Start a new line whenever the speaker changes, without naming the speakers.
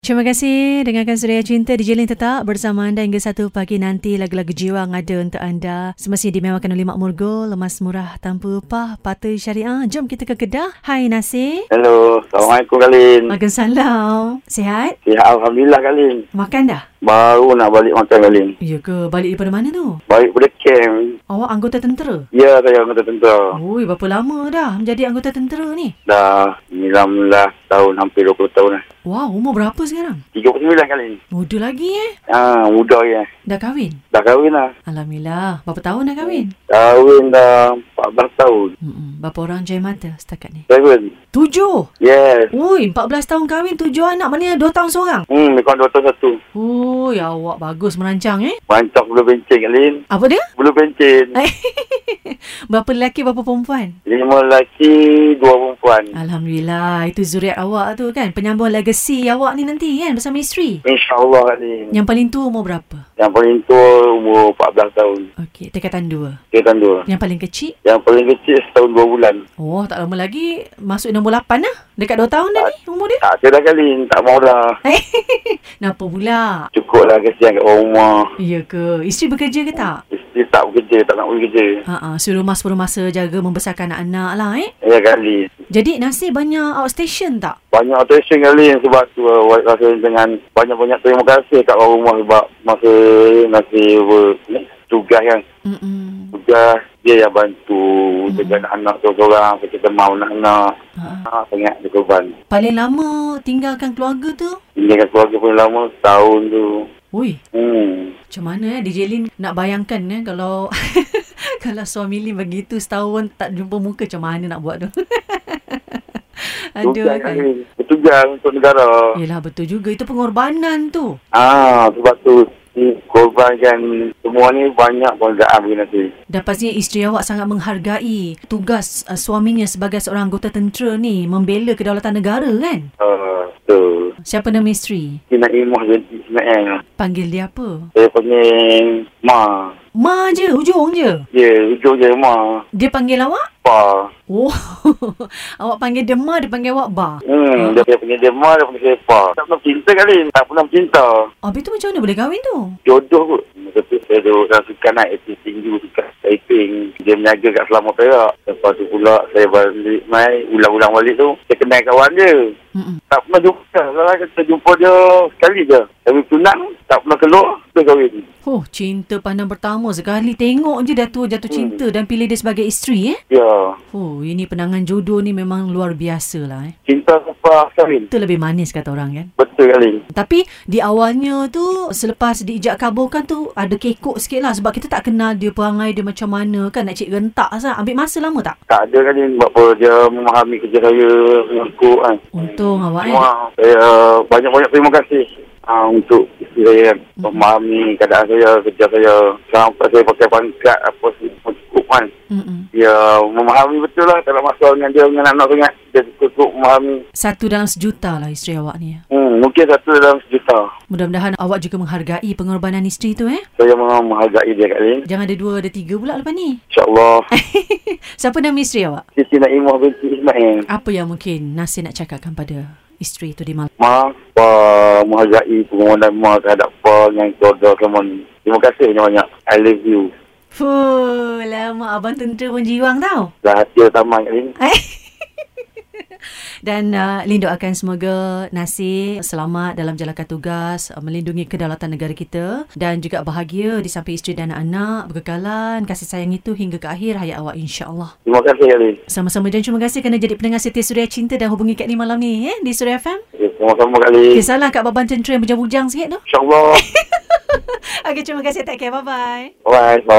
Terima kasih dengarkan Suria Cinta di Jilin Tetap bersama anda hingga satu pagi nanti lagu-lagu jiwa yang ada untuk anda. Semestinya dimewakan oleh Mak Murgo, lemas murah tanpa upah, patut syariah. Jom kita ke Kedah. Hai Nasir.
Hello, Assalamualaikum Kalin.
Waalaikumsalam. Sihat?
Sihat Alhamdulillah Kalin.
Makan dah?
Baru nak balik makan Kalin.
Ya ke? Balik daripada mana tu?
Balik pada camp.
Awak anggota tentera?
Ya, saya anggota tentera.
Ui, berapa lama dah menjadi anggota tentera ni?
Dah 19 tahun, hampir 20 tahun lah.
Wow, umur berapa sekarang?
39 Kalin.
Muda lagi eh.
Ah, muda ya.
Dah kahwin?
Dah kahwin lah.
Alhamdulillah. Berapa tahun dah kahwin?
Kahwin dah 14 tahun.
Mm-mm. Berapa orang jaya mata setakat ni?
Seven.
Tujuh!
Yes.
Ui, 14 tahun kahwin, tujuh anak. Maknanya dua tahun seorang.
Hmm, mekon dua tahun satu.
Ui, awak bagus merancang eh.
Mancak bulu bencin Kalin.
Apa dia?
Bulu bencin.
berapa lelaki, berapa perempuan?
Lima lelaki, dua perempuan.
Ah. Alhamdulillah, itu zuriat awak tu kan. Penyambung legasi awak ni nanti kan bersama isteri.
InsyaAllah Kalin.
Yang paling tua umur berapa?
Yang paling tua umur 14 tahun.
Okey, tingkatan dua.
Kita dua.
Yang paling kecil?
Yang paling kecil setahun dua bulan.
Oh, tak lama lagi masuk nombor 8 lah. Dekat 2 tahun dah ni umur dia.
Tak ada dah kali, tak mau dah.
Kenapa pula?
Cukup lah kesian kat rumah.
Ya ke? Isteri bekerja ke tak?
Isteri tak bekerja, tak nak pergi kerja.
Ha suruh mas suruh masa jaga membesarkan anak-anak lah eh.
Ya kali.
Jadi Nasir banyak outstation tak?
Banyak attention kali sebab tu ah, awak rasa dengan banyak-banyak terima kasih kat orang rumah sebab masa nasi ber, ni, tugas kan.
Mm-mm.
Tugas dia yang bantu
Hmm.
jaga anak-anak seorang-seorang. Kita mau anak-anak.
Ha.
Ha, sangat dia korban.
Paling lama tinggalkan keluarga tu?
Tinggalkan keluarga pun lama, setahun tu.
Ui,
Hmm.
macam mana eh DJ Lin nak bayangkan eh kalau kalau suami Lin begitu setahun tak jumpa muka macam mana nak buat tu? Aduh.
Tugas
Kan?
kali. Bertugas untuk negara.
Yelah betul juga itu pengorbanan tu.
Ah, sebab tu si korbankan semua ni banyak penghargaan bagi nanti.
Dan pastinya isteri awak sangat menghargai tugas uh, suaminya sebagai seorang anggota tentera ni membela kedaulatan negara kan?
Uh, tu.
Siapa nama isteri?
Sina Imah jadi Sina Eng.
Panggil dia apa?
Saya panggil Ma.
Ma je, hujung je.
Ya, yeah, hujung je Ma.
Dia panggil awak?
Pa.
Oh, awak panggil dia Ma, dia panggil awak Ba.
Hmm, dia panggil dia Ma, dia panggil saya Pa. Tak pernah cinta kali. Tak pernah cinta.
Habis tu macam mana boleh kahwin tu?
Jodoh kot. Masa tu saya duduk dalam suka naik atas tinggi, suka typing. Dia meniaga kat Selama Perak. Lepas tu pula saya balik mai, ulang-ulang balik tu. Saya kenal kawan dia.
Mm-mm.
Tak pernah jumpa. Kalau kita jumpa dia sekali je. Tapi tunang, tak pernah keluar, terus kahwin.
Oh, cinta pandang pertama sekali. Tengok je dah tu jatuh cinta dan pilih dia sebagai isteri eh.
Ya.
Oh, ini penangan jodoh ni memang luar biasa lah eh.
Cinta tanpa kahwin.
Itu lebih manis kata orang kan?
Betul kali.
Tapi di awalnya tu selepas diijak kaburkan tu ada kekok sikit lah sebab kita tak kenal dia perangai dia macam mana kan nak cik rentak asal ambil masa lama tak?
Tak ada kali buat apa. Dia memahami kerja saya. Mengikut kan.
Untung awak eh.
Wah, saya banyak-banyak terima kasih. Ha, untuk isteri saya kan.
Mhm.
Memahami keadaan saya, kerja saya. Sampai saya pakai pangkat apa semua cukup kan.
Mm-mm.
Dia memahami betul lah. Kalau masalah dengan dia, dengan anak sangat. Dia cukup memahami.
Satu dalam sejuta lah isteri awak ni.
Hmm, mungkin satu dalam sejuta.
Mudah-mudahan awak juga menghargai pengorbanan isteri tu eh.
Saya memang menghargai dia Kak Lin.
Jangan ada dua ada tiga pula lepas ni.
InsyaAllah.
Siapa nama isteri awak?
Siti Naimah binti Ismail.
Apa yang mungkin Nasir nak cakapkan pada isteri tu di malam?
Ma, Pa, menghargai penguatan Ma terhadap Pa dengan keluarga kamu ni. Terima kasih banyak-banyak. I love you.
Fuh, lama abang tentera pun jiwang tau.
Dah hati utama Kak Lin.
Dan uh, Lin doakan semoga Nasir selamat dalam jalankan tugas uh, melindungi kedaulatan negara kita dan juga bahagia di samping isteri dan anak-anak berkekalan kasih sayang itu hingga ke akhir hayat awak insya-Allah.
Terima kasih Kak Lin.
Sama-sama dan terima kasih kerana jadi pendengar setia Suria Cinta dan hubungi Kak Lin malam ni eh di Suria FM.
Eh, Sama-sama Kak Lin.
Kisahlah Kak Baban Tentera yang bujang-bujang sikit tu.
InsyaAllah.
Okey, terima kasih. Take care. Bye-bye.
Bye. Bye.